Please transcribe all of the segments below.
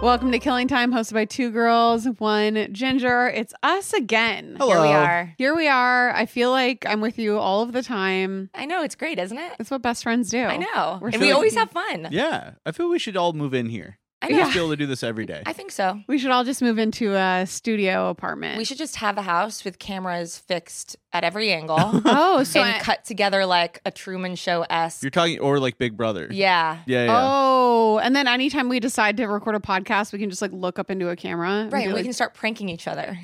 Welcome to Killing Time, hosted by two girls, one ginger. It's us again. Here we Hello. are. Here we are. I feel like I'm with you all of the time. I know it's great, isn't it? That's what best friends do. I know, We're and so we always lucky. have fun. Yeah, I feel we should all move in here. I We know. should be able to do this every day. I think so. We should all just move into a studio apartment. We should just have a house with cameras fixed at every angle Oh, so and I- cut together like a Truman Show esque. You're talking, or like Big Brother. Yeah. yeah, yeah. Oh, and then anytime we decide to record a podcast, we can just like look up into a camera. and Right. be We like, can start pranking each other.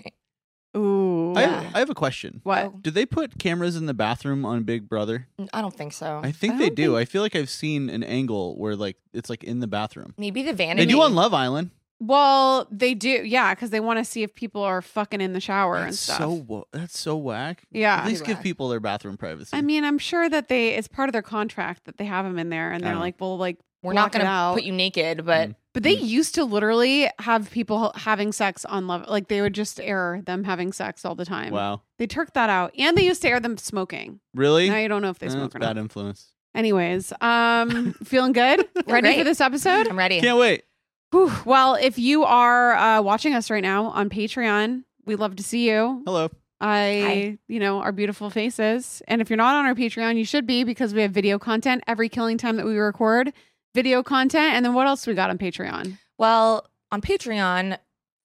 Ooh. I, yeah. I have a question. What? Oh, Do they put cameras in the bathroom on Big Brother? I don't think so. I think I they don't do. think- I feel like I've seen an angle where like it's like in the bathroom. Maybe the vanity. They do on Love Island. Well, they do. Yeah, because they want to see if people are fucking in the shower and That's stuff. so wo- that's so whack. At yeah. least give Whack. people their bathroom privacy. I mean, I'm sure that they it's part of their contract that they have them in there and they're Oh. like, well, like We're not block it going to out. put you naked, but Mm. but they used to literally have people having sex on love like they would just air them having sex all the time. wow, They took that out. And they used to air them smoking. really? Now you don't know if they Eh, smoke or bad not. influence. Anyways, um feeling good? Ready great. for this episode? I'm ready. Can't wait. Whew. Well, if you are uh, watching us right now on Patreon, we love to see you. Hello. I, you know, our beautiful faces. And if you're not on our Patreon, you should be because we have video content every killing time that we record, video content. And then what else we got on Patreon? Well, on Patreon,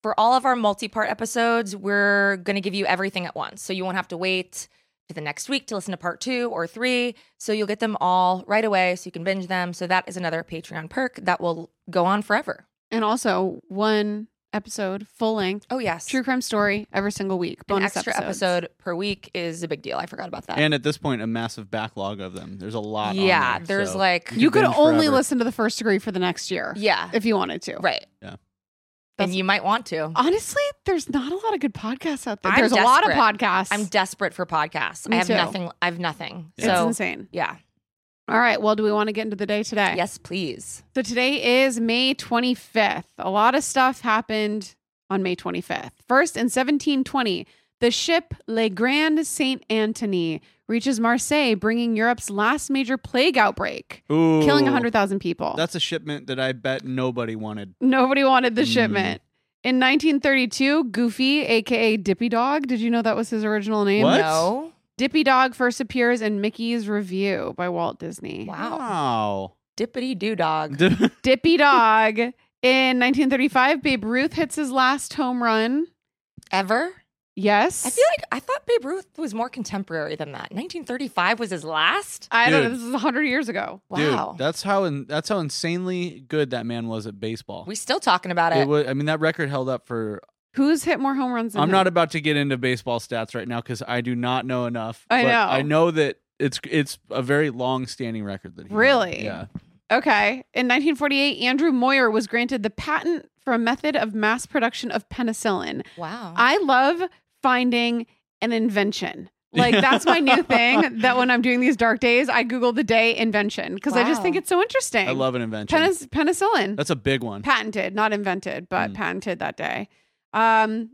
for all of our multi part episodes, we're going to give you everything at once. So you won't have to wait to the next week to listen to part two or three. So you'll get them all right away so you can binge them. So that is another Patreon perk that will go on forever. And also one episode, full length, Oh, yes. true crime story every single week. An Bonus extra episodes. episode per week is a big deal. I forgot about that. And at this point, a massive backlog of them. There's a lot. on yeah, there, there's so like, you You could binge only forever. listen to the first degree for the next year yeah, if you wanted to. right. Yeah. And That's- you might want to. Honestly, there's not a lot of good podcasts out there. I'm there's a lot of desperate. podcasts. I'm desperate for podcasts. Me I have too. nothing. I have nothing. Yeah. It's So, insane. yeah. All right. Well, do we want to get into the day today? Yes, please. So today is May 25th. A lot of stuff happened on May 25th. First, in 1720, the ship Le Grand Saint Anthony reaches Marseille, bringing Europe's last major plague outbreak, Ooh, killing 100,000 people. That's a shipment that I bet nobody wanted. Nobody wanted the shipment. Mm. In 1932, Goofy, aka Dippy Dog, did you know that was his original name? What? No. Dippy Dog first appears in Mickey's Review by Walt Disney. Wow. Wow. Dippity doo dog. Dippy Dog. In 1935, Babe Ruth hits his last home run. Ever? Yes. I feel like I thought Babe Ruth was more contemporary than that. 1935 was his last? I don't know. Dude. This is 100 years ago. Wow. Dude, that's how in, that's how insanely good that man was at baseball. we still talking about it. it was, I mean, that record held up for. Who's hit more home runs than Mm-hmm. I'm him? not about to get into baseball stats right now because I do not know enough. I but know. I know that it's it's a very long standing record that he had. Really? Yeah. Okay. In 1948, Andrew Moyer was granted the patent for a method of mass production of penicillin. wow. I love finding an invention. Like that's my new thing that when I'm doing these dark days, I Google the day invention because I just Wow. think it's so interesting. I love an invention. Penis- penicillin. that's a big one. patented, not invented, but Mm. patented that day. Um,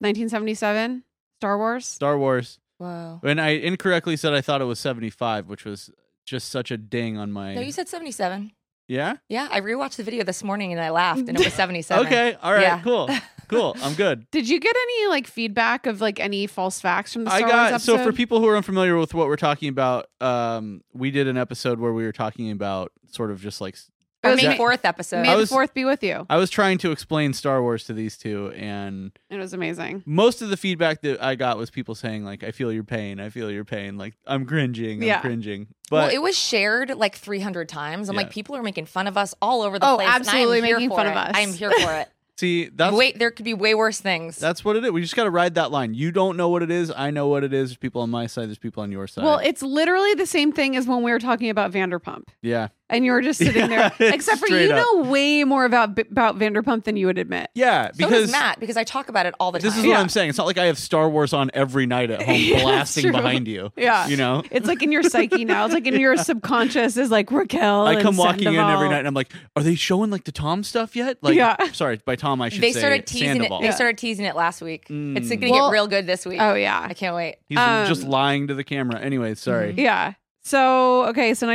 1977, Star Wars. Star Wars. Whoa. When I incorrectly said I thought it was 75, which was just such a ding on my. No, you said 77. yeah. Yeah, I rewatched the video this morning and I laughed and it was 77. Okay. All right. Yeah. Cool. Cool. I'm good. Did you get any like feedback of like any false facts from the I Star Wars got episode? so for people who are unfamiliar with what we're talking about, um, we did an episode where we were talking about sort of just like s- Our It was May May- 4th episode. May I was- the fourth be with you. I was trying to explain Star Wars to these two, and It was amazing. most of the feedback that I got was people saying like, "I feel your pain, I feel your pain," like I'm cringing, I'm Yeah. cringing. well, But it was shared like 300 times. I'm Yeah. like, people are making fun of us all over the Oh, place. and I am absolutely here making for fun of it. us. I am here for it. see, that's Wait, there could be way worse things. that's what it is. We just got to ride that line. You don't know what it is. I know what it is. There's people on my side. There's people on your side. Well, it's literally the same thing as when we were talking about Vanderpump, yeah, and you were just sitting Yeah, there. it's Except for straight you up. know way more about about Vanderpump than you would admit. yeah, so because does Matt because I talk about it all the this time. is what I'm saying. It's not like I have Star Wars on every night at home, Yeah, that's blasting true. behind you. Yeah. you know. It's like in your psyche now. It's like in your subconscious is like Raquel. I and come walking in every Sandoval. night and I'm like, are they showing like the Tom stuff yet? Like, Yeah. sorry, by Tom I should they say started teasing Sandoval. it. They started teasing it last week. It's Mm. going to Well- oh. get real good this week. Oh yeah. I can't wait. He's um, just lying to the camera. Anyway, sorry. Yeah. So, okay, so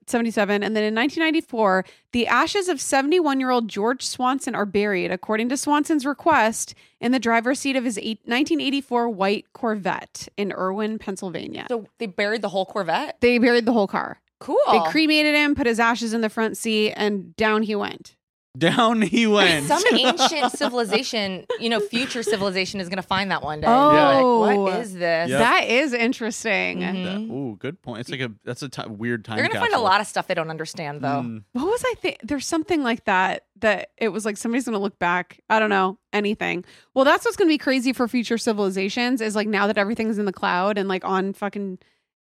1977. And then in 1994, the ashes of 71 year old George Swanson are buried, according to Swanson's request, in the driver's seat of his eight, 1984 white Corvette in Irwin, Pennsylvania. So they buried the whole Corvette. they buried the whole car. Cool. They cremated him, put his ashes in the front seat, and down he went. Down he went. mm-hmm. Some ancient civilization, you know, future civilization is going to find that one day. Oh. Like, what is this? Yep. That is interesting. Mhm. That- ooh, good point. It's like a that's a ti- weird time. They're going to find a capsule. lot of stuff they don't understand, though. Mm. What was I think? There's something like that that it was like somebody's gonna look back. I don't know anything. Well, that's what's gonna be crazy for future civilizations is like now that everything's in the cloud and like on fucking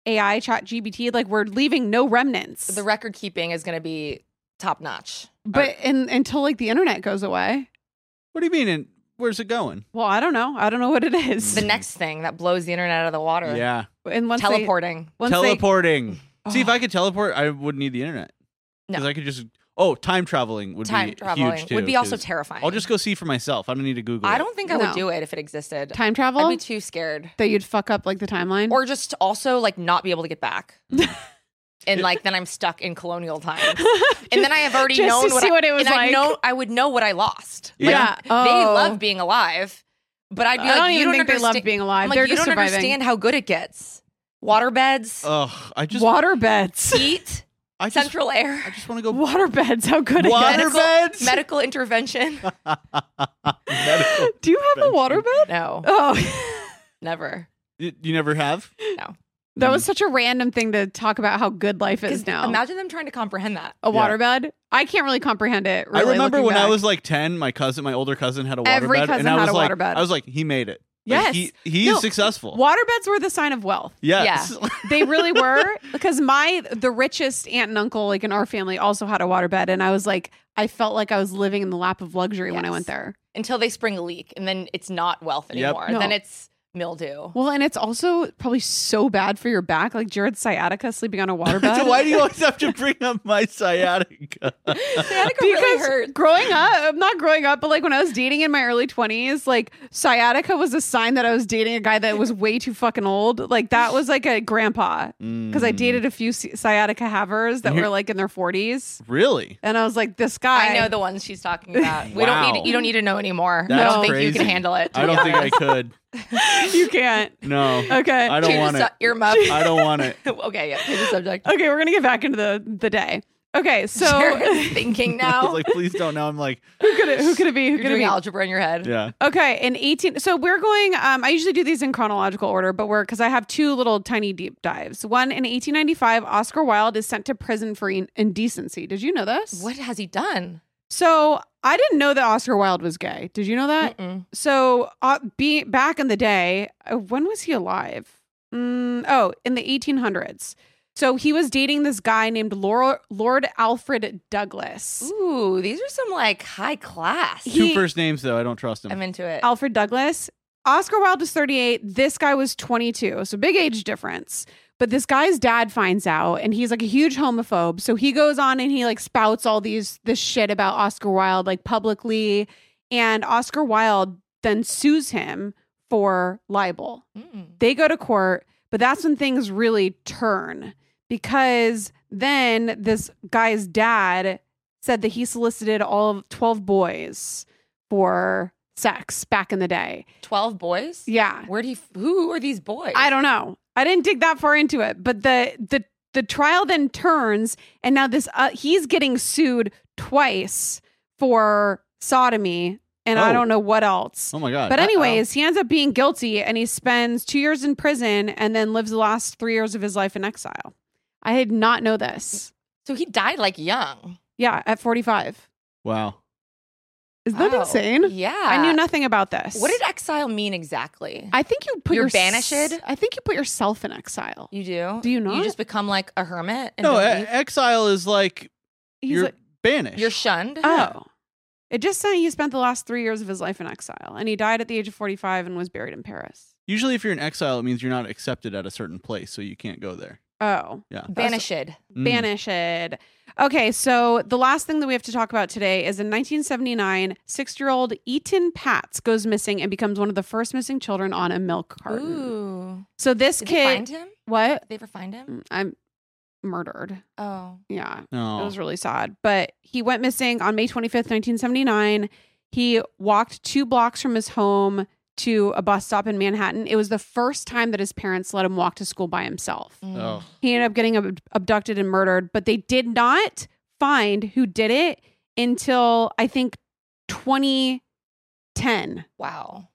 AI chat GBT, like we're leaving no remnants. The record keeping is going to be top notch. but in, until like the internet goes away, What do you mean? And where's it going? well, I don't know. I don't know what it is. The next thing that blows the internet out of the water. Mm. Yeah, and once they- Teleporting. once they- teleporting. See, if Oh. I could teleport, I wouldn't need the internet because No. I could just. Oh, time traveling would time be traveling huge too. would be also 'cause terrifying. I'll just go see for myself. I don't need to Google. I it. don't think I would No. do it if it existed. time travel I'd be too scared. that you'd fuck up like the timeline. Or just also like not be able to get back. and like then I'm stuck in colonial times. And then I have already Just to known what, see I, what it was and I like. know I would know what I lost. Like, yeah, They Oh. love being alive, but I'd be like, I don't you even don't think they understand. love being I'm alive. like, They're you just don't surviving. Uh. understand how good it gets. Water beds, Ugh, I just. water beds. heat, I just. central I air, just want to go. Water beds. How good it Water gets. beds. medical intervention. Medical. Do you have a water bed? No, Oh, never. You, you never have. Hmm. No. that Mm. was such a random thing to talk about how good life is Because now. imagine them trying to comprehend that. a waterbed. I can't really comprehend it. Really, I remember looking when I back. was like ten, my cousin, my older cousin, had a water Every bed, cousin and I had was a like, water bed. I was like, he made it. Yes. Like, he he No. is successful. Waterbeds were the sign of wealth. Yes. They really were because my the richest aunt and uncle like in our family also had a waterbed and I was like I felt like I was living in the lap of luxury when I Yes. went there. until they spring a leak and then it's not wealth Yep. anymore. No. Then it's mildew. Well, and it's also probably so bad for your back like Jared's sciatica sleeping on a waterbed. so why do you always have to bring up my sciatica? Sciatica because really hurt. growing up, not growing up, but like when I was dating in my early 20s, like sciatica was a sign that I was dating a guy that was way too fucking old. Like that was like a grandpa Mm. because I dated a few sci- sciatica havers that were like in their 40s. Really? And I was like, this guy. I know the ones she's talking about. We don't Wow. need you don't need to know anymore. I That's don't think you crazy. can handle it. I don't think I could. you can't. No. Okay. I don't want it. Earmuff. I don't want it. okay, yeah. Change the subject. okay, we're going to get back into the, the day. Okay, so Jared's thinking I was now. like, please don't. Now I'm like, who could it, who could it be? Who You're could it doing be? algebra in your head. yeah. Okay, in 18 so we're going um I usually do these in chronological order, but we're cuz I have two little tiny deep dives. One in 1895 Oscar Wilde is sent to prison for in- indecency. Did you know this? What has he done? So, I didn't know that Oscar Wilde was gay. Did you know that? Mm-mm. So, uh, be back in the day, uh, when was he alive? Mm, oh, in the 1800s. So, he was dating this guy named Lord, Lord Alfred Douglas. Ooh, these are some like high class. He- Two first names though. I don't trust them. I'm into it. Alfred Douglas. Oscar Wilde was 38. This guy was 22. So big age difference. But this guy's dad finds out and he's like a huge homophobe. So he goes on and he like spouts all these this shit about Oscar Wilde like publicly and Oscar Wilde then sues him for libel. Mm. They go to court, but that's when things really turn because then this guy's dad said that he solicited all of 12 boys for sex back in the day. Twelve boys. Yeah. Where do he? Who are these boys? I don't know. I didn't dig that far into it, but the the the trial then turns and now this uh, he's getting sued twice for sodomy and I Oh. don't know what else. Oh my god. But anyways, he ends up being guilty and he spends two years in prison and then lives the last three years of his life in exile. I did not know this. So he died like young. Yeah, at 45. wow. Is that Wow. insane? Yeah. I knew nothing about this. What did exile mean exactly? I think you put You're your banished? I think you put yourself in exile. you do? Do you You not? just become like a hermit and No, e- don't leave? exile is like He's you're like, banished. you're shunned. oh. It just said he spent the last three years of his life in exile and he died at the age of 45 and was buried in Paris. Usually, if you're in exile, it means you're not accepted at a certain place, so you can't go there. Oh. Yeah. Banished. Mm. banished. Okay, so the last thing that we have to talk about today is in 1979, six year old Eaton Patz goes missing and becomes one of the first missing children on a milk carton. Ooh. So this Did they kid, find him? what? Did they ever find him? Mm, I'm murdered. Oh. Yeah. No. It was really sad. But he went missing on May 25th, 1979. He walked two blocks from his home to a bus stop in Manhattan. It was the first time that his parents let him walk to school by himself. Mm. oh. He ended up getting ab- abducted and murdered, but they did not find who did it until I think 2010 Wow.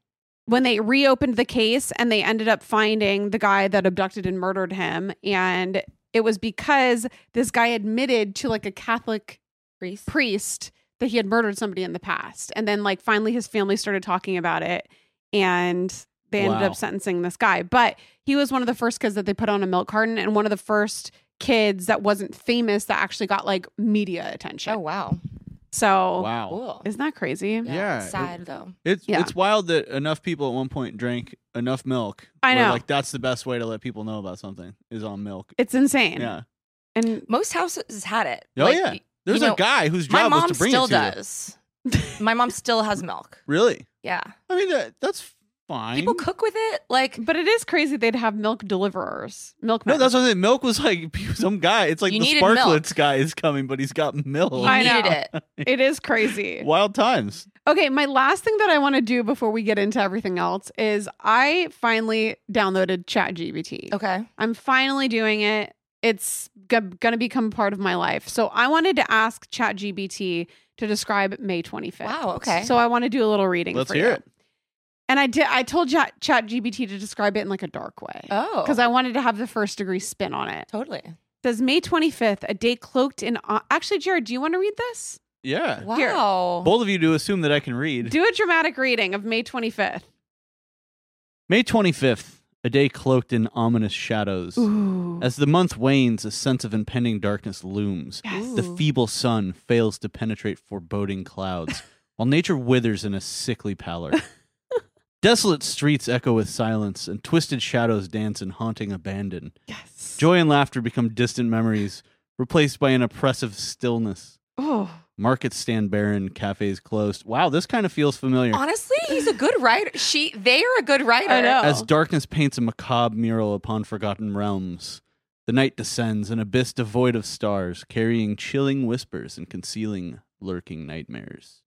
when they reopened the case and they ended up finding the guy that abducted and murdered him. And it was because this guy admitted to like a Catholic Greece. priest that he had murdered somebody in the past. And then, like, finally his family started talking about it and they ended Wow. up sentencing this guy. But he was one of the first kids that they put on a milk carton and one of the first kids that wasn't famous that actually got like media attention. Oh wow. So, Wow. Oh, Cool. isn't that crazy? Yeah, it- Sad though. It's Yeah. it's wild that enough people at one point drank enough milk. I where, know. Like that's the best way to let people know about something is on milk. It's insane. Yeah. And Most houses had it. Oh, yeah. y- There's you a know, guy whose My job was mom to bring still it to you. does. my mom still has milk. Really? Yeah. I mean that that's fine. People cook with it. Like but it is crazy they'd have milk deliverers. Milk no, that's what I'm saying. Milk was like some guy. It's like You the needed sparklets milk. guy is coming, but he's got milk. you I know. needed it. it is crazy. Wild times. Okay, my last thing that I want to do before we get into everything else is I finally downloaded ChatGPT. Okay. I'm finally doing it. It's g- going to become part of my life. So I wanted to ask ChatGPT to describe May 25th. Wow, okay. So I want to do a little reading. Let's for hear you. it. And I did. I told Chat ChatGPT to describe it in like a dark way Oh. because I wanted to have the first degree spin on it. totally. Says May 25th, a day cloaked in. o- Actually, Jared, do you want to read this? Yeah. Wow. Both of you do assume that I can read. Do a dramatic reading of May 25th. May 25th, a day cloaked in ominous shadows. Ooh. As the month wanes, a sense of impending darkness looms. yes. The Ooh. feeble sun fails to penetrate foreboding clouds, while nature withers in a sickly pallor. Desolate streets echo with silence, and twisted shadows dance in haunting abandon. Yes. Joy and laughter become distant memories, replaced by an oppressive stillness. Oh. Markets stand barren, cafes closed. Wow, this kind of feels familiar. Honestly, he's a good writer. She, they are a good writer. I know. As darkness paints a macabre mural upon forgotten realms, the night descends, an abyss devoid of stars, carrying chilling whispers and concealing lurking nightmares.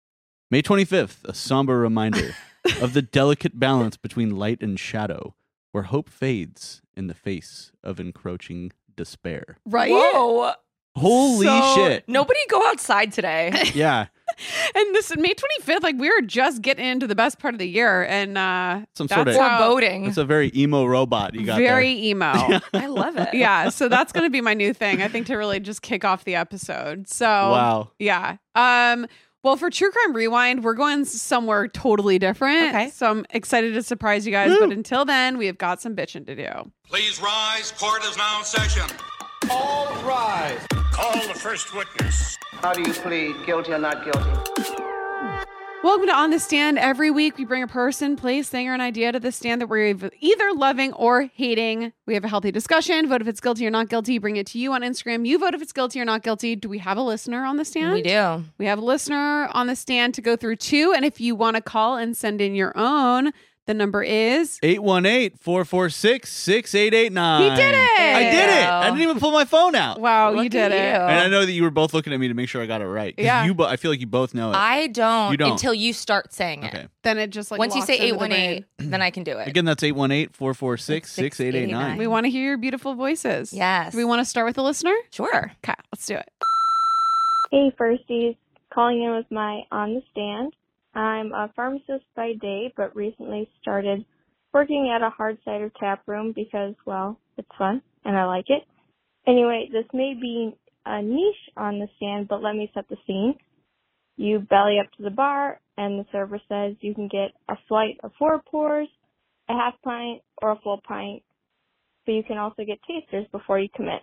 May 25th, a somber reminder of the delicate balance between light and shadow, where hope fades in the face of encroaching despair. Right. Whoa! Holy So- shit. Nobody go outside today. Yeah. And this May 25th, like we were just getting into the best part of the year, and uh Some sort That's of. how- Foreboding. It's a very emo robot you got very emo. there. Yeah. I love it. so that's going to be my new thing. I think to really just kick off the episode. So wow. yeah. Um. Well, for True Crime Rewind, we're going somewhere totally different. Okay. So I'm excited to surprise you guys. Woo. But until then, we have got some bitching to do. Please rise. Court is now in session. All rise. Call the first witness. How do you plead, guilty or not guilty? Welcome to On the Stand. Every week, we bring a person, place, thing, or an idea to the stand that we're ev- either loving or hating. We have a healthy discussion. Vote if it's guilty or not guilty. Bring it to you on Instagram. You vote if it's guilty or not guilty. Do we have a listener on the stand? We do. We have a listener on the stand to go through two. And if you want to call and send in your own, the number is 818 446 6889. He did it! I did it. I Ew. didn't even pull my phone out. Wow, you Look did at it. you. And I know that you were both looking at me to make sure I got it right. 'Cause Yeah. You bo- I feel like you both know it. I don't, You don't. until you start saying it. okay. Then it just like Once you walks say into the brain. 818, then I can do it. Again, that's 818 446 6889. 6889. We want to hear your beautiful voices. Yes. Do we want to start with the listener? Sure. Okay, let's do it. Hey, firsties. Calling in with my on the stand. I'm a pharmacist by day, but recently started working at a hard cider tap room because, well, it's fun and I like it. Anyway, this may be a niche on the stand, but let me set the scene. You belly up to the bar, and the server says you can get a flight of four pours, a half pint, or a full pint, but you can also get tasters before you commit.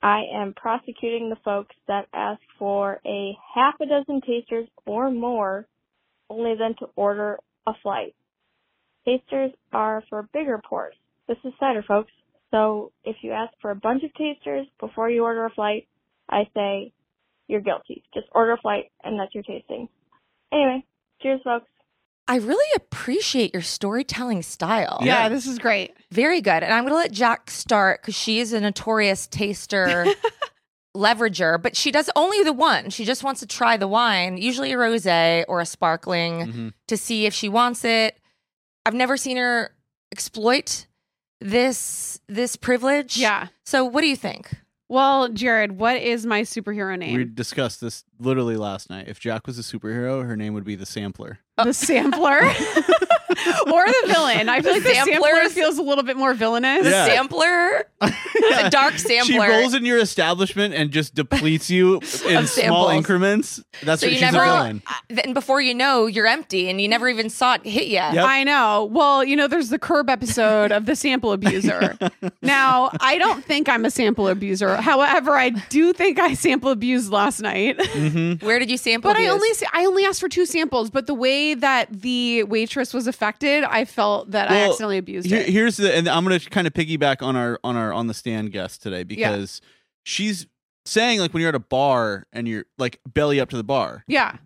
I am prosecuting the folks that ask for a half a dozen tasters or more, only then to order a flight. Tasters are for bigger pours. This is cider, folks. So if you ask for a bunch of tasters before you order a flight, I say you're guilty. Just order a flight and that's your tasting. Anyway, cheers, folks. I really appreciate your storytelling style. Yeah, Yeah. this is great. Very good. And I'm going to let Jack start because she is a notorious taster, leverager, but she does only the one. She just wants to try the wine, usually a rose or a sparkling, Mhm. to see if she wants it. I've never seen her exploit this this privilege. Yeah. So what do you think? Well, Jared, what is my superhero name? We discussed this literally last night. If Jack was a superhero, her name would be the Sampler. The sampler or the villain? I feel like the sampler Samplers. feels a little bit more villainous. The Yeah. sampler, the dark sampler. She rolls in your establishment and just depletes you in small samples. increments. That's so what you she's never, a villain. and before you know, you're empty, and you never even saw it hit you. Yep. I know. Well, you know, there's the curb episode of the sample abuser. now, I don't think I'm a sample abuser. However, I do think I sample abused last night. Mm-hmm. Where did you sample? But I these? only sa- I only asked for two samples, but the way that the waitress was affected, I felt that I Well, accidentally abused Here, it. here's the, and I'm gonna kind of piggyback on our on our on the stand guest today because she's saying like when you're at a bar and you're like belly up to the bar, yeah.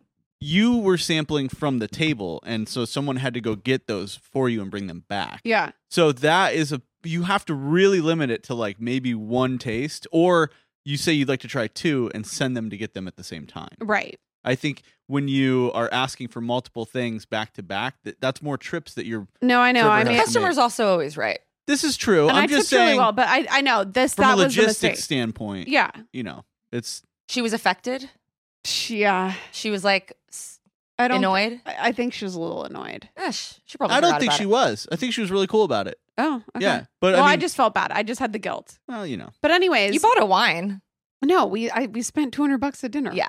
you were sampling from the table, and so someone had to go get those for you and bring them back. Yeah. So that is a you have to really limit it to like maybe one taste, or you say you'd like to try two and send them to get them at the same time. Right. I think when you are asking for multiple things back to back, that that's more trips that you're. No, I know. Trevor I has mean, to Customer's also always right. This is true. and I'm I just tipped saying really well, but I I know this from that a was the logistics mistake. standpoint. Yeah. you know, it's She was affected. Yeah. She was like s- I don't annoyed. I I think she was a little annoyed. Eh, sh- she probably. I don't forgot think about she it. was. I think she was really cool about it. Oh, okay. Yeah, but well, I, I, mean, just felt bad. I just had the guilt. well, you know. But anyways, You bought a wine. no, we I, we spent two hundred bucks at dinner. Yeah.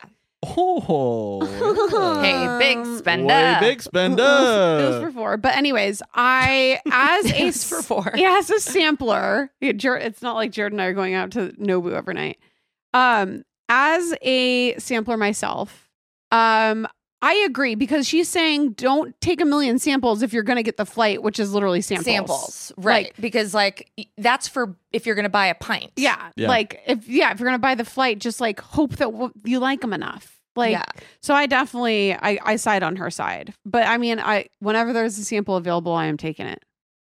Oh, Hey, big Um, spender. Way big It was, it was spender. for four. But anyways, I as a It's for four. yeah, as a sampler, yeah, Jer- it's not like Jared and I are going out to Nobu every night. Um, as a sampler myself, um, I agree because she's saying don't take a million samples if you're going to get the flight, which is literally samples. Samples, right? Like- because like y- that's for if you're gonna buy a pint. Yeah, Yeah. like if yeah, if you're going to buy the flight, just like hope that w- you like them enough. Like yeah. so, I definitely I I side on her side, but I mean, I whenever there's a sample available, I am taking it.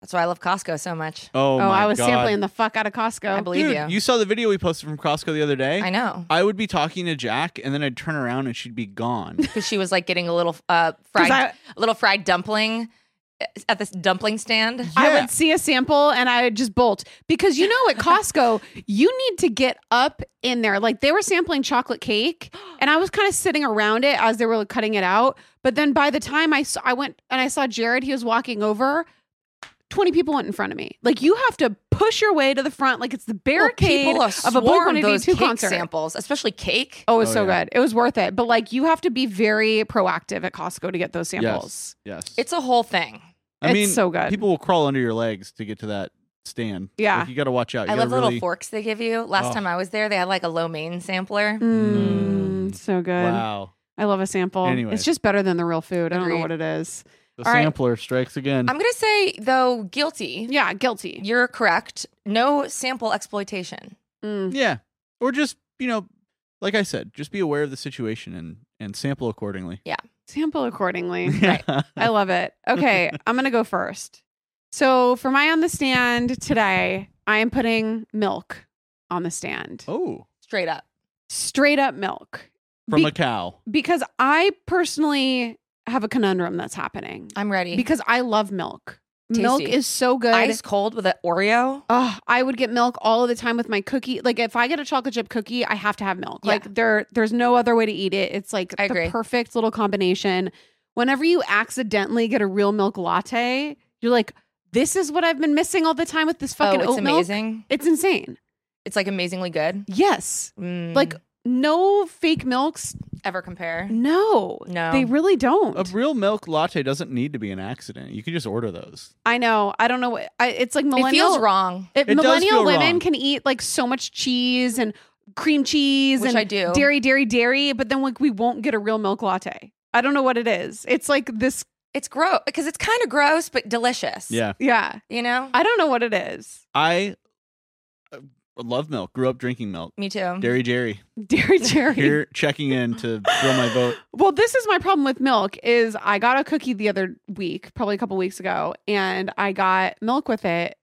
That's why I love Costco so much. Oh, Oh, my I was God. sampling the fuck out of Costco. I believe Dude, you. you saw the video we posted from Costco the other day. I know I would be talking to Jack, and then I'd turn around and she'd be gone. because she was like getting a little uh fried, 'Cause I- a little fried dumpling eh, at this dumpling stand. I Yeah. would see a sample and I would just bolt because you know at Costco you need to get up in there. Like they were sampling chocolate cake and I was kind of sitting around it as they were cutting it out. But then by the time I saw, I went and I saw Jared, he was walking over. Twenty people went in front of me. Like you have to push your way to the front, like it's the Well, barricade people are of a Blink One swarmed Eighty those Two cake concert. samples, especially cake. Oh, it was Oh, so yeah. good. It was worth it. But like you have to be very proactive at Costco to get those samples. yes, It's a whole thing. I it's mean, so good. People will crawl under your legs to get to that stand. Yeah. Like, you got to watch out. You I love gotta little really- forks they give you. Last Oh. time I was there, they had like a lo mein sampler. Mm, so good. Wow, I love a sample. Anyways. It's just better than the real food. I don't know Agreed. what it is. the All right. sampler strikes again. I'm gonna say though, guilty. Yeah, guilty. You're correct. No sample exploitation. Mm. yeah, or just you know, like I said, just be aware of the situation and and sample accordingly. Sample accordingly. I love it. Okay, I'm going to go first. So, for my on the stand today, I am putting milk on the stand. oh, Straight up. Straight up milk. from Be- a cow. because I personally have a conundrum that's happening I'm ready. because I love milk. Milk Tasty. is so good. ice cold with an Oreo. Oh, I would get milk all of the time with my cookie. Like if I get a chocolate chip cookie, I have to have milk. Yeah. Like there there's no other way to eat it. It's like I the agree. perfect little combination. Whenever you accidentally get a real milk latte, you're like, this is what I've been missing all the time with this fucking oh, it's oat milk." amazing. It's insane. It's like amazingly good. Yes. Mm, Like no fake milks. ever compare? No. No. They really don't. A real milk latte doesn't need to be an accident. You can just order those. I know. I don't know what I, it's like millennial it feels wrong, It, It does millennial feel women wrong. can eat like so much cheese and cream cheese which and I do. dairy, dairy, dairy, but then like we won't get a real milk latte. I don't know what it is. It's like this. It's gross because it's kind of gross but delicious. Yeah, Yeah, you know. I don't know what it is. I uh, love milk. Grew up drinking milk. Me too. Dairy Jerry Dear Jerry. here checking in to throw my vote. Well, this is my problem with milk is I got a cookie the other week, probably a couple weeks ago, and I got milk with it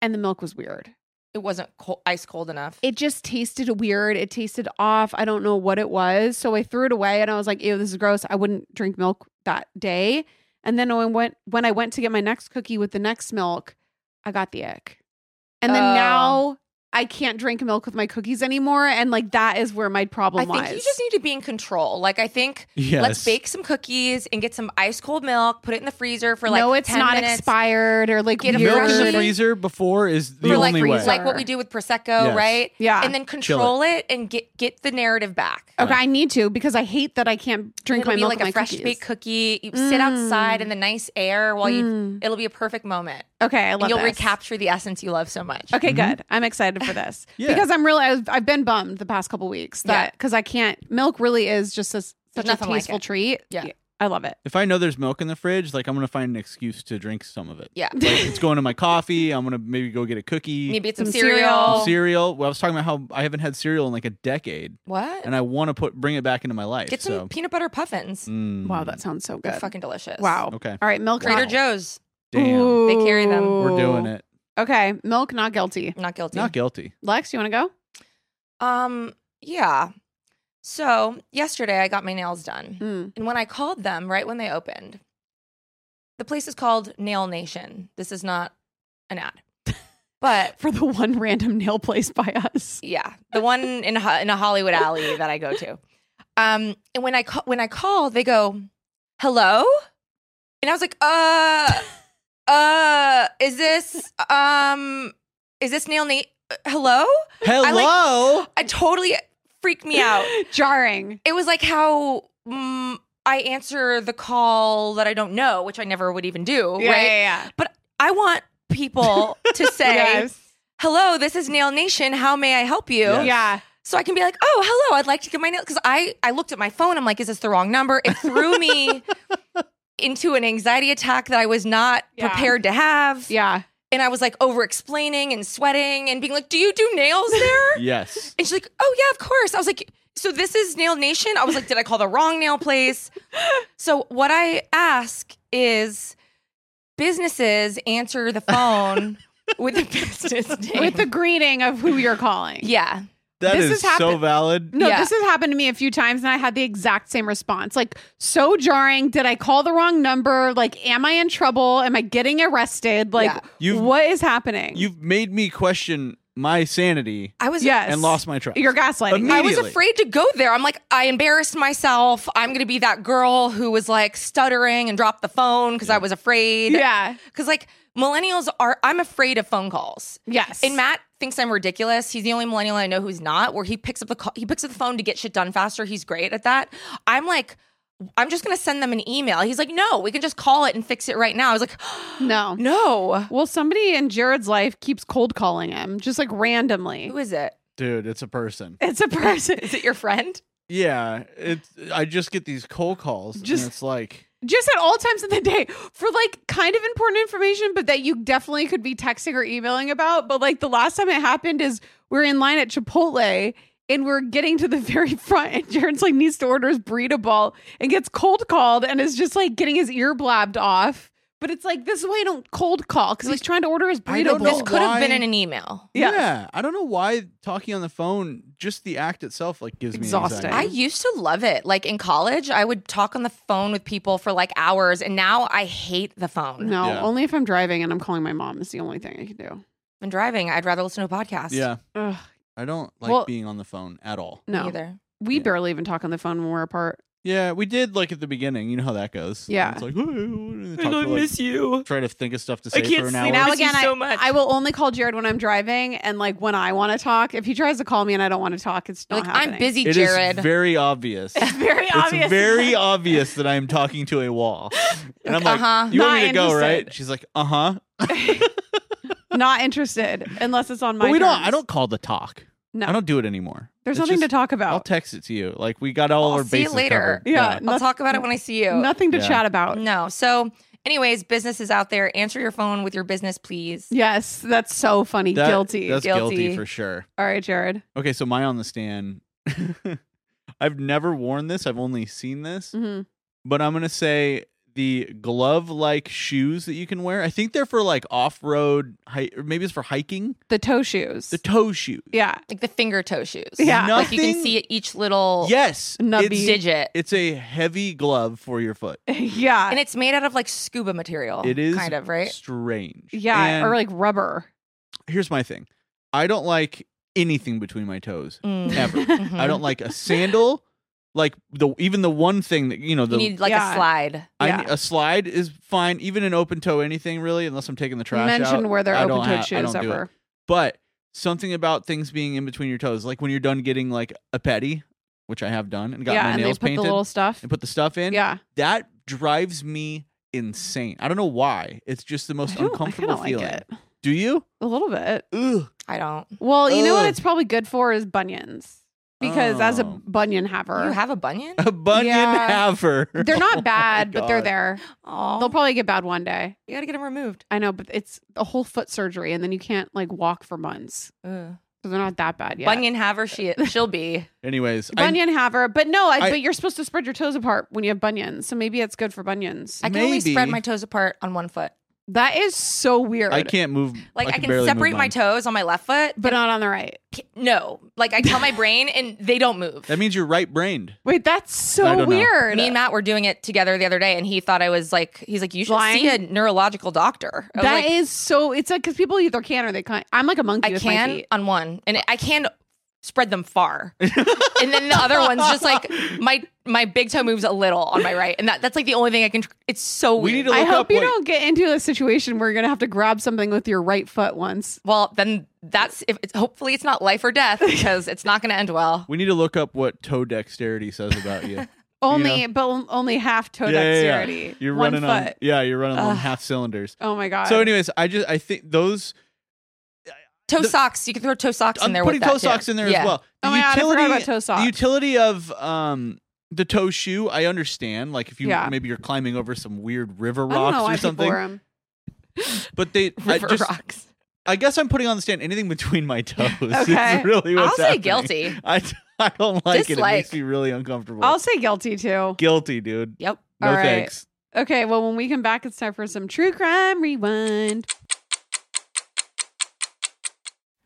and the milk was weird. It wasn't cold, ice cold enough. It just tasted weird. It tasted off. I don't know what it was. So I threw it away and I was like, ew, this is gross. I wouldn't drink milk that day. And then when I went when I went to get my next cookie with the next milk, I got the ick. And then Oh. now I can't drink milk with my cookies anymore. And like that is where my problem I think lies. you just need to be in control. Like I think Yes. let's bake some cookies and get some ice cold milk, put it in the freezer for like no, it's 10 not minutes. expired or like Get a weird. Milk in the Jerky. freezer before is the For, like, only way. freezer. like what we do with prosecco, Yes. right? Yeah. And then control it. and get get the narrative back. Okay, I need to because I hate that I can't drink It'll my be milk like with my a fresh cookies. baked cookie. You sit outside in the nice air while you. It'll be a perfect moment. Okay, Mm. I love And you'll this. recapture the essence you love so much. Okay, good. I'm excited for this Mm-hmm. Yeah. because I'm really I've, I've been bummed the past couple weeks that because I can't milk really is just a, such a nothing like tasteful it. treat. Yeah. I love it. If I know there's milk in the fridge, like I'm gonna find an excuse to drink some of it. Yeah. Like, it's going to my coffee. I'm gonna maybe go get a cookie. Maybe it's some, Some cereal. cereal. some cereal. Well, I was talking about how I haven't had cereal in like a decade, What? and I want to put bring it back into my life. Get some so, peanut butter puffins. Mm, Wow, that sounds so They're good. fucking delicious. Wow. Okay. All right, milk. Trader not- Joe's. damn. They carry them. We're doing Ooh. it. Okay, milk not guilty. Not guilty. Not guilty. Lex, you want to go? Um, yeah. So yesterday I got my nails done. Mm. And when I called them right when they opened, the place is called Nail Nation. This is not an ad. But For the one random nail place by us. yeah, the one in Ho- in a Hollywood alley that I go to. Um, and when I ca- when I call, they go, "Hello," and I was like, "Uh, uh, is this um, is this Nail Nation? Hello?" Hello. I totally freaked me out. Jarring. It was like how mm, I answer the call that I don't know, which I never would even do, Yeah, right? yeah, But I want people to say, Yes. "Hello, this is Nail Nation. How may I help you?" yeah. Yes. Yeah. So I can be like, "Oh, hello. I'd like to get my nail." Because I I looked at my phone. I'm like, "Is this the wrong number?" It threw me into an anxiety attack that I was not Yeah. prepared to have. Yeah. And I was like over explaining and sweating and being like, "Do you do nails there?" Yes. And she's like, "Oh yeah, of course." I was like, "So this is Nail Nation?" I was like, "Did I call the wrong nail place?" so what I ask is, businesses answer the phone with the business name. With the greeting of who you're calling. yeah, That This is has happened- so valid. No, Yeah. this has happened to me a few times and I had the exact same response. Like, so jarring. Did I call the wrong number? Like, am I in trouble? Am I getting arrested? Like, Yeah. You've- what is happening? You've made me question my sanity I was. yes. and lost my trust. You're gaslighting. I was Immediately. afraid to go there. I'm like, I embarrassed myself. I'm gonna be that girl who was like stuttering and dropped the phone because I was afraid. Yeah. because like millennials are. I'm afraid of phone calls. Yes. And Matt thinks I'm ridiculous. He's the only millennial I know who's not. Where he picks up the call, he picks up the phone to get shit done faster. He's great at that. I'm like, I'm just gonna send them an email. He's like, no, we can just call it and fix it right now. I was like, no. no. Well, somebody in Jared's life keeps cold calling him just like randomly. Who is it? Dude, it's a person. It's a person. Is it your friend? Yeah. It's I just get these cold calls Just- and it's like just at all times of the day for like kind of important information, but that you definitely could be texting or emailing about. But like the last time it happened is we're in line at Chipotle and we're getting to the very front, and Jared's like needs to order his burrito ball and gets cold called and is just like getting his ear blabbed off. But it's like this is why I don't cold call because he's trying to order his I burrito don't know This ball. could have been why- in an email. Yeah. Yeah. I don't know why talking on the phone, just the act itself like gives Exhausting. me I anxiety. used to love it. Like in college, I would talk on the phone with people for like hours, and now I hate the phone. No, Yeah. only if I'm driving and I'm calling my mom is the only thing I can do. When driving, I'd rather listen to a podcast. yeah. Ugh, I don't like Well- being on the phone at all. no, Either. we Yeah. barely even talk on the phone when we're apart. Yeah, we did like at the beginning. You know how that goes. Yeah. It's like, and talk for, like, you. Try to think of stuff to say for an hour. now Miss you again, I, so much. I will only call Jared when I'm driving and like when I want to talk. If he tries to call me and I don't want to talk, it's not Like happening. I'm busy, It is Jared. very obvious. Very It's very obvious that I'm talking to a wall. And I'm like, Uh-huh. you want Not me to go, right? interested. She's like, uh huh. not interested unless it's on my. But we don't, terms. I don't call the talk. No. I don't do it anymore. There's It's nothing just- to talk I'll about. text it to you. Like, we got all I'll our see you bases later. covered. yeah, I'll noth- talk about it when I see you. Mm. nothing to Yeah. chat about. No. So Anyways, businesses out there, answer your phone with your business, please. Yes, that's so funny. That- Guilty. That's guilty. Guilty. for sure. All right, Jared. Okay, so my on the stand. I've never worn this. I've only seen this, hmm but I'm gonna say the glove-like shoes that you can wear. I think they're for like off-road, hi- or maybe it's for hiking. The toe shoes. The toe shoes. yeah. Like the finger toe shoes. Yeah. Like you can Nothing- see each little Yes, Nubby. it's- digit. It's a heavy glove for your foot. yeah. and it's made out of like scuba material. It is kind of, right? Strange. yeah. And or like rubber. here's my thing. I don't like anything between my toes. Mm. Ever. Mhm. I don't like a sandal. Like the even the one thing that you know the you need like Yeah. a slide. I yeah. ne- a slide is fine. Even an open toe, anything really, unless I'm taking the trash Mention out. where they're I don't open toed ha- I shoes don't do it. ever. But something about things being in between your toes, like when you're done getting like a petty, which I have done, and got Yeah. my And they nails put painted, the little stuff. and put the stuff in. Yeah. that drives me insane. I don't know why. It's just the most I don't- I uncomfortable kinda feeling. Like it. Do you? A little bit. Ugh. I don't. Well, you know what Ugh. it's probably good for is bunions. Because as a Oh. bunion haver, You have a bunion? A bunion Yeah. haver. they're Oh my not bad, but they're God. there. Oh, They'll probably get bad one day. you gotta get them removed. I know, but it's a whole foot surgery, and then you can't like walk for months. Ugh. So they're not that bad yet. Bunion haver, she she'll be. Anyways, I- bunion haver, but no, I, I- but you're supposed to spread your toes apart when you have bunions, so maybe it's good for bunions. I can only Maybe. spread my toes apart on one foot. that is so weird. I, can't move. Like I can, barely move separate my mine. toes on my left foot, but not on the right. no. Like I tell my brain, and they don't move. That means you're right-brained. Wait, that's I so don't know. weird. Me and Matt were doing it together the other day, and he thought I was like, he's like, you should Lying? see a neurological doctor. I was That like, is so. It's like because people either can or they can't. I'm like a monkey. I with My can feet. on one, and I can spread them far, and then the other one's just like my my big toe moves a little on my right, and that that's like the only thing I can. tr- It's so We weird. need to I look hope up. you wait, don't get into a situation where you're gonna have to grab something with your right foot once. well, then that's if it's hopefully it's not life or death because it's not going to end well. We need to look up what toe dexterity says about you. Only, Yeah. but on- only half toe Yeah, yeah, yeah. dexterity. You're One running foot. on. Yeah, you're running on Ugh. half cylinders. Oh my god. So, anyways, I just I think those. Toe The- socks, you can throw toe socks in I'm there. putting with that toe socks too. in there Yeah. as well. The oh my god, I utility, forgot about toe socks. The utility of um the toe shoe, I understand. Like if you Yeah. maybe you're climbing over some weird river I don't rocks know why or people something, wear 'em. but they I River just rocks. I guess I'm putting on the stand anything between my toes. Okay. is really I'll what's say happening. guilty. I, I don't like it. It Dislike. makes me really uncomfortable. I'll say guilty too. guilty, dude. Yep. No All right. thanks. Okay, well, when we come back, it's time for some true crime rewind.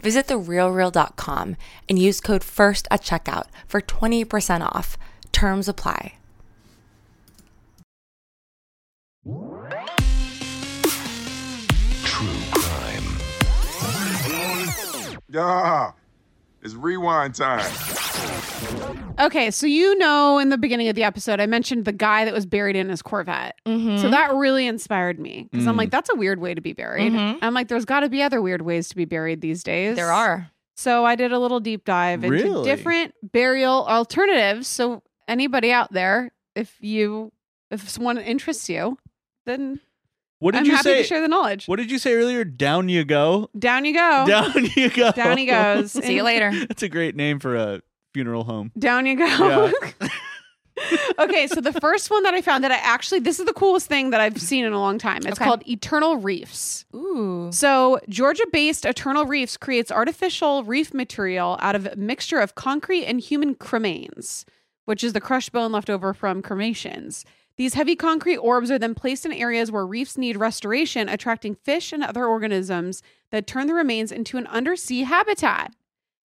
Visit therealreal.com and use code FIRST at checkout for 20% off. Terms apply. Yeah, it's rewind time. Okay, so you know in the beginning of the episode, I mentioned the guy that was buried in his Corvette. Mm-hmm. So that really inspired me because I'm Mm. like, that's a weird way to be buried. Mhm. I'm like, there's got to be other weird ways to be buried these days. There are. So I did a little deep dive into Really? different burial alternatives. So anybody out there, if you if someone interests you, then What did I'm you happy say? to share the knowledge. What did you say earlier? Down you go. Down you go. Down you go. Down he goes. See you later. That's a great name for a funeral home. Down you go. Yeah. okay, so the first one that I found that I actually this is the coolest thing that I've seen in a long time. It's Okay. called Eternal Reefs. Ooh. So, Georgia-based Eternal Reefs creates artificial reef material out of a mixture of concrete and human cremains, which is the crushed bone left over from cremations. These heavy concrete orbs are then placed in areas where reefs need restoration, attracting fish and other organisms that turn the remains into an undersea habitat.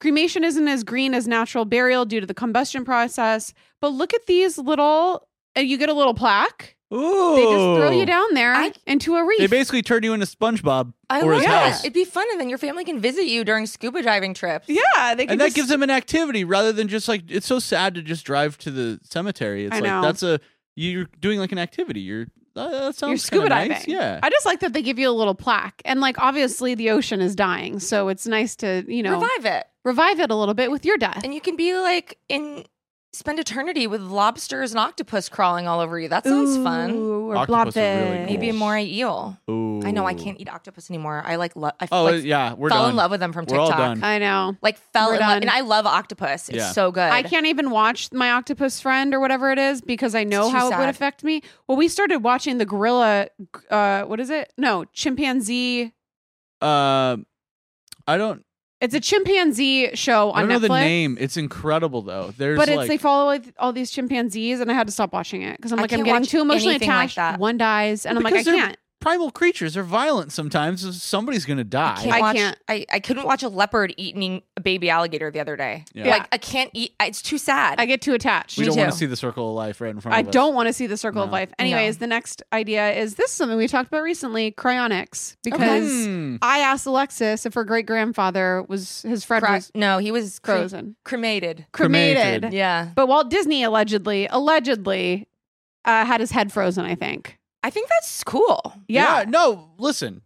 Cremation isn't as green as natural burial due to the combustion process, but look at these little, uh, you get a little plaque. Ooh. They just throw you down there I- into a reef. Oh. They basically turn you into SpongeBob I or love his that. house. It'd be fun, and then your family can visit you during scuba diving trips. yeah, they can and that just- gives them an activity rather than just like it's so sad to just drive to the cemetery. It's I like know. that's a you're doing like an activity. You're uh, that sounds you're scuba kinda diving. nice. Yeah, I just like that they give you a little plaque, and like obviously the ocean is dying, so it's nice to you Oh. know revive, Revive it, it a little bit with your death. and you can be like in spend eternity with lobsters and octopus crawling all over you. That sounds fun. Ooh, or Octopus are really blobfish. cool. Maybe a moray eel. Ooh. I know I can't eat octopus anymore. I like lo- I Oh like, yeah, we're fell done. in love with them from We're all TikTok. done. I know. Like fell We're in love, done. and I love octopus. It's Yeah. so good. I can't even watch my octopus friend or whatever it is because I know too how it would sad. affect me. Well, we started watching the gorilla. Uh, what is it? No, chimpanzee. Uh, I don't. It's a chimpanzee show I on don't know Netflix. the name. It's incredible though. There's but it's like they follow like, all these chimpanzees, and I had to stop watching it because I'm I like I'm can't getting watch too emotionally anything like attached. that. One dies, and I'm like I Because they're- can't. primal creatures. They're violent sometimes. Somebody's gonna die. I watch, can't. I, I couldn't watch a leopard eating a baby alligator the other day. Yeah. Like I can't eat. I- It's too sad. I get too attached. we Me don't want too. to see the circle of life right in front I of us. don't want to see the circle of No. life. Anyways, the next idea is this is something we talked about recently, cryonics, because Hmm. I asked Alexis if her great grandfather was his Fred Cro- was no, he was cre- frozen, cremated. cremated. Cremated. Yeah. But Walt Disney allegedly, allegedly, uh, had his head frozen. I think. I think that's cool. Yeah. No. Listen.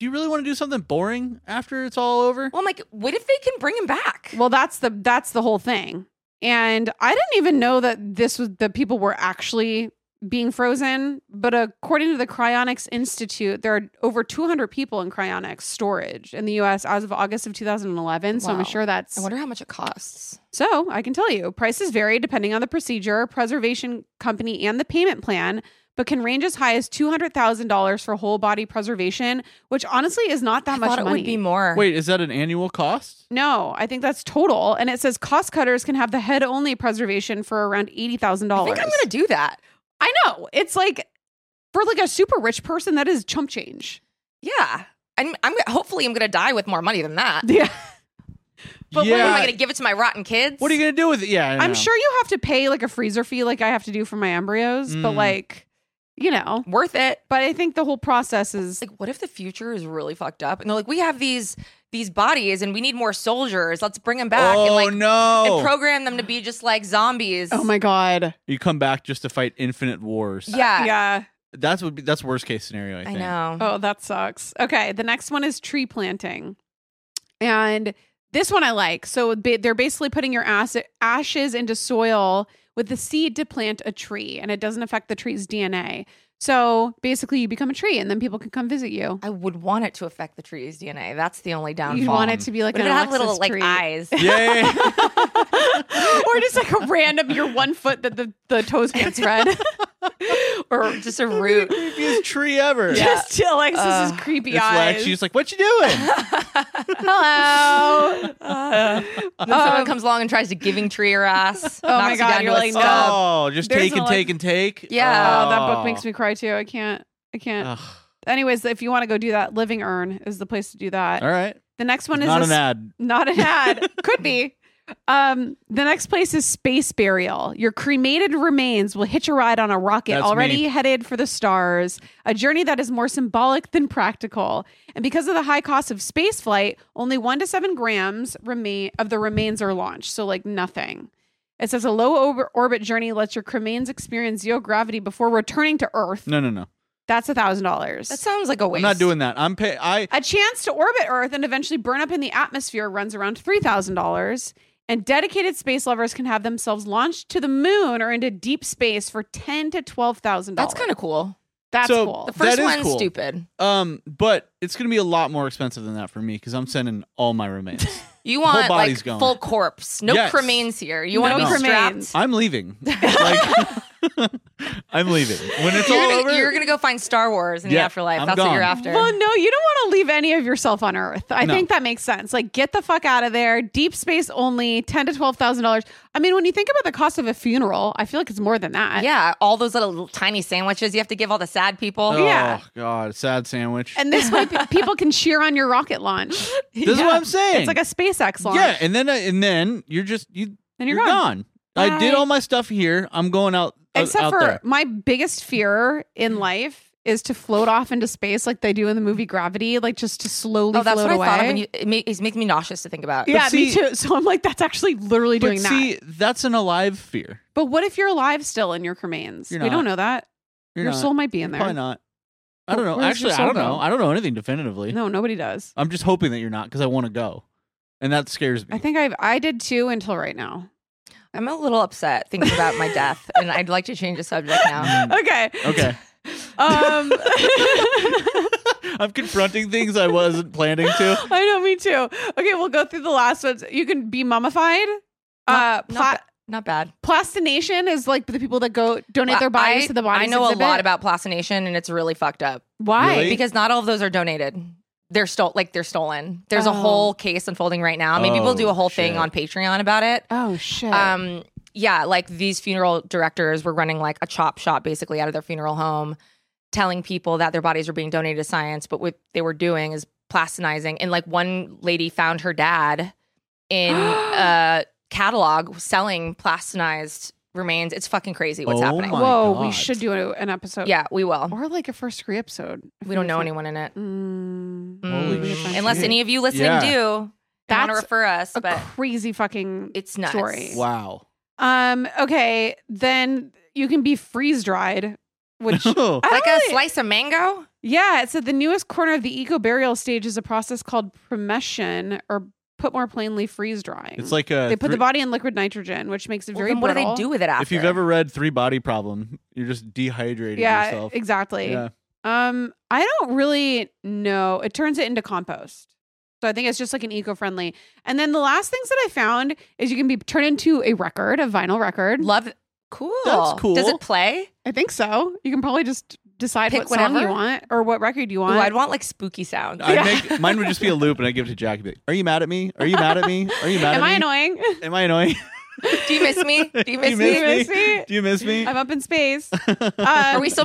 Do you really want to do something boring after it's all over? Well, I'm like, what if they can bring him back? Well, that's the that's the whole thing. And I didn't even know that this was that people were actually being frozen. But according to the Cryonics Institute, there are over 200 people in cryonics storage in the U.S. as of August of 2011. So Wow. I'm sure that's I wonder how much it costs. so I can tell you, prices vary depending on the procedure, preservation company, and the payment plan, but can range as high as two hundred thousand dollars for whole body preservation, which honestly is not that I much thought it money. would be more. Wait, is that an annual cost? no, I think that's total. And it says cost cutters can have the head only preservation for around eighty thousand I dollars. think I'm gonna do that. I know it's like for like a super rich person that is chump change. Yeah. I'm, I'm hopefully I'm gonna die with more money than that. Yeah, But yeah. what am I gonna give it to my rotten kids? What are you gonna do with it? Yeah, I I'm know. sure you have to pay like a freezer fee, like I have to do for my embryos, but Mm. like you know. Worth it. But I think the whole process is Like, what if the future is really fucked up? And they're like, we have these these bodies, and we need more soldiers. Let's bring them back. and oh like, no! And program them to be just like zombies. oh my god. you come back just to fight infinite wars. Yeah. Yeah. that's would be that's worst case scenario. I I think. know. Oh, that sucks. Okay, the next one is tree planting, and this one I like. So ba- they're basically putting your ass- ashes into soil with the seed to plant a tree, and it doesn't affect the tree's DNA. So basically, you become a tree, and then people can come visit you. I would want it to affect the tree's DNA. That's the only downfall. You'd want it to be like What if an it had Alexis little like tree. eyes? Yay! or just like a random your one foot that the, the toes can't spread. or just a root. Creepiest tree ever. Just to Alexis's Ugh. creepy It's like eyes. she's like, "What you doing?" Hello. Um, Then someone comes along and tries to giving tree your ass. Oh my knocks you God, down to you're a like, no. stub. oh, just There's take an and Alex- take and take. Yeah. Oh, that book makes me cry too. I can't. I can't. Ugh. Anyways, if you want to go do that, Living Urn is the place to do that. All right, The next one It's is not a an s- ad. Not an ad. Could be. Um, the next place is space burial. Your cremated remains will hitch a ride on a rocket That's already me. headed for the stars, a journey that is more symbolic than practical. And because of the high cost of space flight, only one to seven grams remain of the remains are launched. So like nothing. It says a low ober- orbit journey lets your cremains experience zero gravity before returning to Earth. No, no, no. That's a thousand dollars. That sounds like a waste. I'm not doing that. I'm pay. I A chance to orbit Earth and eventually burn up in the atmosphere runs around $3,000. And dedicated space lovers can have themselves launched to the moon or into deep space for ten to twelve thousand dollars. That's kind of cool. that's So- cool. The first That is one's cool. stupid. um, but it's gonna be a lot more expensive than that for me because I'm sending all my remains. You want body's like gone. full corpse, no Yes. cremains here. You No want to be cremains. strapped. I'm leaving. Like, I'm leaving when it's You're all gonna, over. you're gonna go find Star Wars in the Yeah, afterlife. I'm That's what you're gone. after. Well, no, you don't want to leave any of yourself on Earth. I No. think that makes sense. Like, get the fuck out of there. Deep space only, ten to twelve thousand dollars. I mean, when you think about the cost of a funeral, I feel like it's more than that. yeah, all those little tiny sandwiches you have to give all the sad people. oh yeah. God, sad sandwich. And this way, pe- people can cheer on your rocket launch. this is what I'm It's saying. like a SpaceX launch. yeah, and then and then you're just you. Then you're gone. gone. I did Bye. all my stuff here. I'm going out. uh, Except out for there. my biggest fear in life is to float off into space like they do in the movie Gravity, like just to slowly Oh, that's float what I away. thought of, and you, it, ma- it makes me nauseous to think about. yeah, see- me too. So I'm like, that's actually literally doing but that. see, that's an alive fear. But what if you're alive still in your cremains? You're We don't not. know that. You're your not. soul might be in there. Probably not. I don't But know. where's Actually, your I soul don't know. go? I don't know anything definitively. No, nobody does. I'm just hoping that you're not because I want to go, and that scares me. I think I've I did too until right now. I'm a little upset thinking about my death, and I'd like to change the subject now. Okay. Mm. Okay, Um I'm confronting things I wasn't planning to. I know, me too. Okay, we'll go through the last ones. You can be mummified. uh Not, pla- ba- not bad. plastination is like the people that go donate their bodies I, to the body. I know a lot about plastination, and it's really fucked up why. Really? because not all of those are donated. They're stole like they're stolen. There's Oh. a whole case unfolding right now. Maybe we'll do Oh, a whole shit. thing on Patreon about it. Oh shit. Um, yeah, like these funeral directors were running like a chop shop basically out of their funeral home, telling people that their bodies were being donated to science, but what they were doing is plastinizing. And like one lady found her dad in a catalog selling plastinized remains. It's fucking crazy what's Oh happening. my Whoa, we God. should do a- an episode. Yeah, we will. Oh. Or like a first degree episode. if We don't know find- anyone in it. Mm, Holy Mm. shit. Unless any of you listening Yeah. do, want to That's refer us, a but crazy fucking. it's nuts. story. Wow. Um. Okay. Then you can be freeze dried, which Oh, I Like don't a really- slice of mango? Yeah, it said the newest corner of the eco burial stage is a process called premession, or put more plainly, freeze drying. it's like a they put three- the body in liquid nitrogen, which makes it Well, very. then what do they brittle. do with it after? If you've ever read Three Body Problem, you're just dehydrating Yeah, yourself. exactly. Yeah. Um, I don't really know. It turns it into compost. So I think it's just like an eco-friendly. And then the last things that I found is you can be turned into a record, a vinyl record. Love. Cool. That's cool. Does it play? I think so. You can probably just decide Pick what song whatever. you want or what record you Ooh, want. I'd want like spooky sounds. I'd Yeah. make, mine would just be a loop, and I give it to Jack. And be like, Are you mad at me? Are you mad at me? Are you mad Am at I me? annoying? Am I annoying? Do you miss me? Do you miss Do me? you miss me? Do you miss me? I'm up in space. Are Um, we still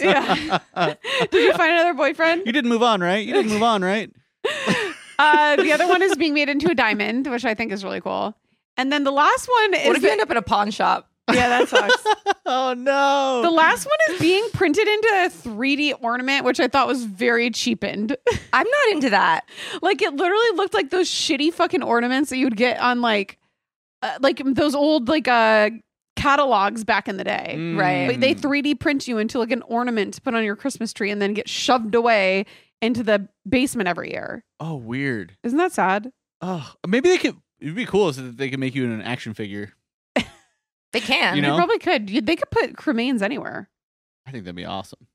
yeah. Did you find another you boyfriend? didn't move on, right? You didn't move on, right? Uh, the other one is being made into a diamond, which I think is really cool. And then the last one is What if you the- end up in a pawn shop? Yeah, that sucks. oh no. the last one is being printed into a 3D ornament, which I thought was very cheapened. I'm not into that. like it literally looked like those shitty fucking ornaments that you would get on like, uh, like those old like uh catalogs back in the day. Right. But they 3D print you into like an ornament to put on your Christmas tree and then get shoved away into the basement every year. oh, weird. Isn't that sad? Oh, maybe they could. It'd be cool so that they could make you an action figure. They can. You know? They probably could. You- They could put cremains anywhere. I think that'd be awesome.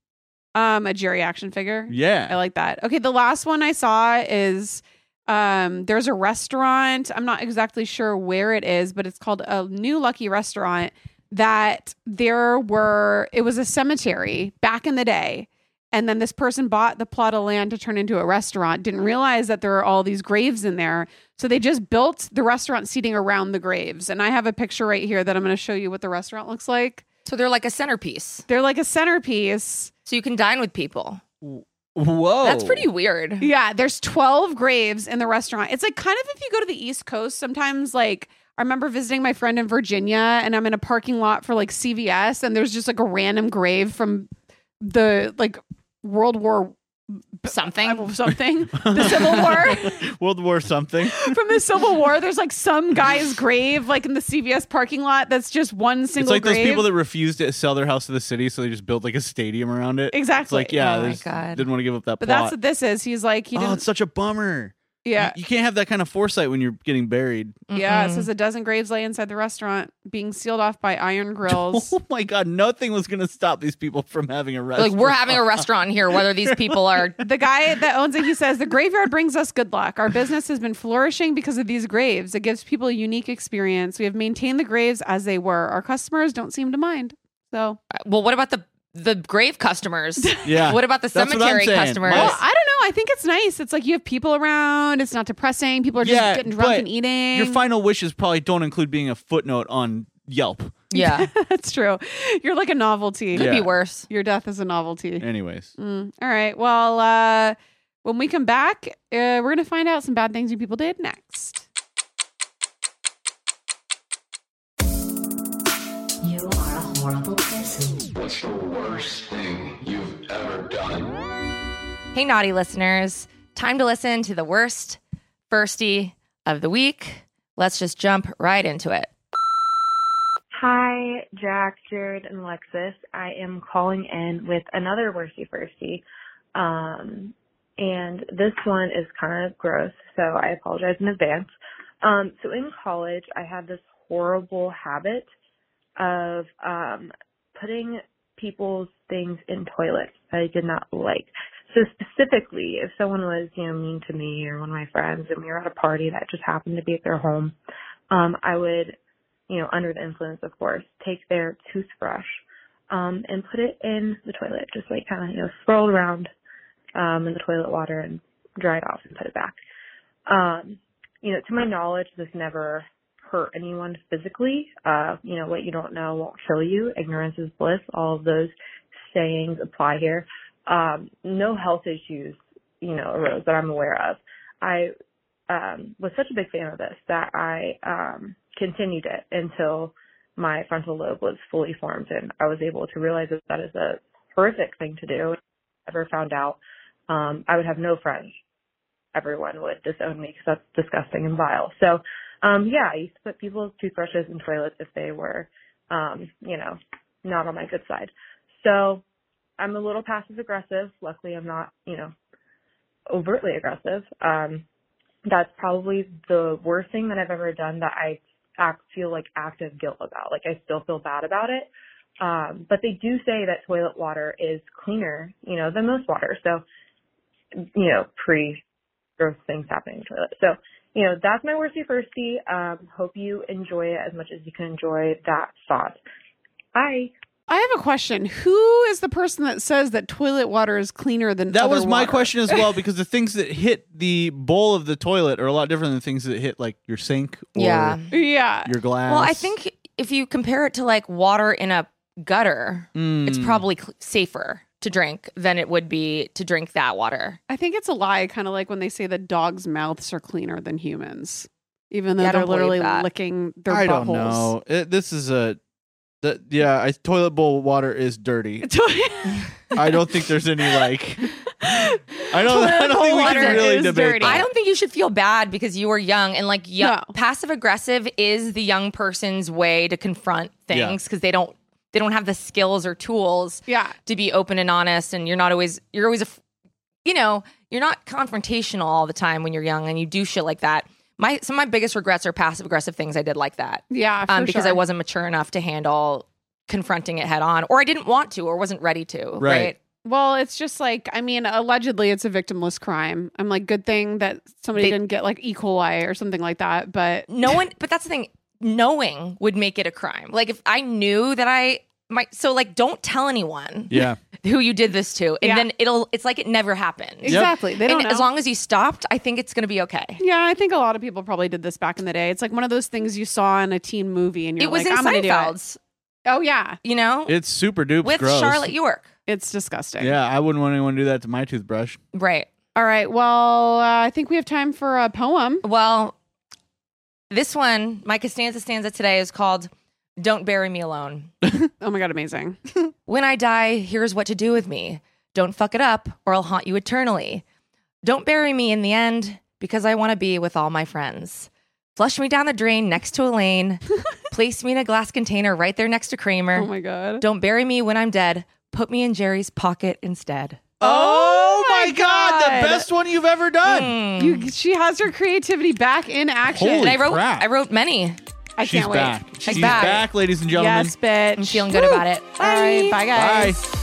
Um, a Jerry action figure. Yeah. I like that. Okay, the last one I saw is um there's a restaurant. I'm not exactly sure where it is, but it's called a New Lucky Restaurant that there were it was a cemetery back in the day. And then this person bought the plot of land to turn into a restaurant, didn't realize that there are all these graves in there. So they just built the restaurant seating around the graves. And I have a picture right here that I'm going to show you what the restaurant looks like. So they're like a centerpiece. They're like a centerpiece. So you can dine with people. Whoa. Oh, That's pretty weird. Yeah, there's 12 graves in the restaurant. It's like kind of if you go to the East Coast, sometimes like I remember visiting my friend in Virginia and I'm in a parking lot for like CVS and there's just like a random grave from the like World War Something. something, the Civil War. World War something. from the Civil War, there's like some guy's grave like in the CVS parking lot that's just one it's single like grave. those people that refused to sell their house to the city, so they just built like a stadium around it. It's exactly. like yeah, Oh my there's- God. didn't want to give up that But that's plot. what this is. He's like he oh, didn't it's such a bummer. You- yeah. you, can't have that kind of foresight when you're getting buried. Yeah, it Mm-mm. says a dozen graves lay inside the restaurant, being sealed off by iron grills. Oh my god, nothing was gonna stop these people from having a Like restaurant. we're having a restaurant here, whether these people are The guy that owns it, he says, the graveyard brings us good luck. Our business has been flourishing because of these graves. It gives people a unique experience. We have maintained the graves as they were. Our customers don't seem to mind. So, well, what about the the grave customers? Yeah. What about the That's what I'm cemetery saying. customers? My- well, I don't know. I think it's nice. It's like you have people around. It's not depressing. People are just Yeah, getting drunk but and eating. Your final wishes probably don't include being a footnote on Yelp. yeah. That's true. You're like a novelty. Could Yeah. be worse. Your death is a novelty. Anyways, Mm. All right. Well, uh, when we come back, uh, we're going to find out some bad things you people did next. You are a horrible person. What's the worst thing you've ever done? Hey, naughty listeners. Time to listen to the worst firsty of the week. Let's just jump right into it. Hi, Jack, Jared, and Alexis. I am calling in with another worsty firsty. Um, and this one is kind of gross, so I apologize in advance. Um, so in college, I had this horrible habit of um, putting people's things in toilets that I did not like. So specifically, if someone was, you know, mean to me or one of my friends and we were at a party that just happened to be at their home, um, I would you know, under the influence, of course, take their toothbrush um, and put it in the toilet, just like kind of, you know, swirled around um, in the toilet water and dried off and put it back. Um, you know, to my knowledge, this never hurt anyone physically. Uh, you know, what you don't know won't kill you. Ignorance is bliss. All of those sayings apply here. Um, no health issues, you know, arose that I'm aware of. I um, was such a big fan of this that I um, continued it until my frontal lobe was fully formed and I was able to realize that that is a horrific thing to do. If I ever found out, um, I would have no friends. Everyone would disown me because that's disgusting and vile. So, um, yeah, I used to put people's toothbrushes in toilets if they were, um, you know, not on my good side. So I'm a little passive aggressive. Luckily, I'm not, you know, overtly aggressive. Um, that's probably the worst thing that I've ever done that I act, feel like active guilt about. Like I still feel bad about it. Um, but they do say that toilet water is cleaner, you know, than most water. So, you know, pre gross things happening in the toilet. So, you know, that's my worsty firsty. Um, hope you enjoy it as much as you can enjoy that thought. Bye. I have a question. Who is the person that says that toilet water is cleaner than that other was my water? question as well because the things that hit the bowl of the toilet are a lot different than things that hit like your sink or Yeah. Yeah. your glass. Well, I think if you compare it to like water in a gutter, it's probably cl- safer to drink than it would be to drink that water. I think it's a lie, kind of like when they say that dogs' mouths are cleaner than humans, even though Yeah, I they're don't believe literally that. licking their I buttholes. don't know. It- this is a The, yeah, I, toilet bowl water is dirty. I don't think there's any like. I don't. I don't think we can really debate. That. I don't think you should feel bad because you were young and like young, No. passive aggressive is the young person's way to confront Yeah. things because they don't they don't have the skills or tools Yeah. to be open and honest and you're not always you're always a f- you know you're not confrontational all the time when you're young and you do shit like that my some of my biggest regrets are passive aggressive things i did like that Yeah. For um, because sure. i wasn't mature enough to handle confronting it head on or i didn't want to or wasn't ready to right, Right. Well, it's just like I mean, allegedly it's a victimless crime. I'm like, good thing that somebody They- didn't get like E. coli or something like that. But no one but that's the thing knowing would make it a crime like if i knew that i my so like don't tell anyone Yeah. who you did this to and Yeah. then it'll it's like it never happened exactly, they don't. and as know. long as you stopped i think it's gonna be okay yeah, I think a lot of people probably did this back in the day. It's like one of those things you saw in a teen movie, and you're it was like, in I'm gonna do it. Seinfeld's, Oh yeah, you know, It's super duper with gross. Charlotte York. it's disgusting. Yeah, I wouldn't want anyone to do that to my toothbrush. Right. All right. Well, uh, I think we have time for a poem. Well, this one, my Costanza stanza today is called "Don't Bury Me Alone." Oh my god, amazing. When I die, here's what to do with me. Don't fuck it up, or I'll haunt you eternally. Don't bury me in the end because I want to be with all my friends. Flush me down the drain next to Elaine. Place me in a glass container right there next to Kramer. Oh my god. Don't bury me when I'm dead. Put me in Jerry's pocket instead. Oh my God. the best one you've ever done. Mm. You, she has her creativity back in action. Holy and I wrote crap. I wrote many. I She's can't wait. back. She's back. back, ladies and gentlemen. Yes, bitch. I'm feeling good about it. All right, bye guys. Bye.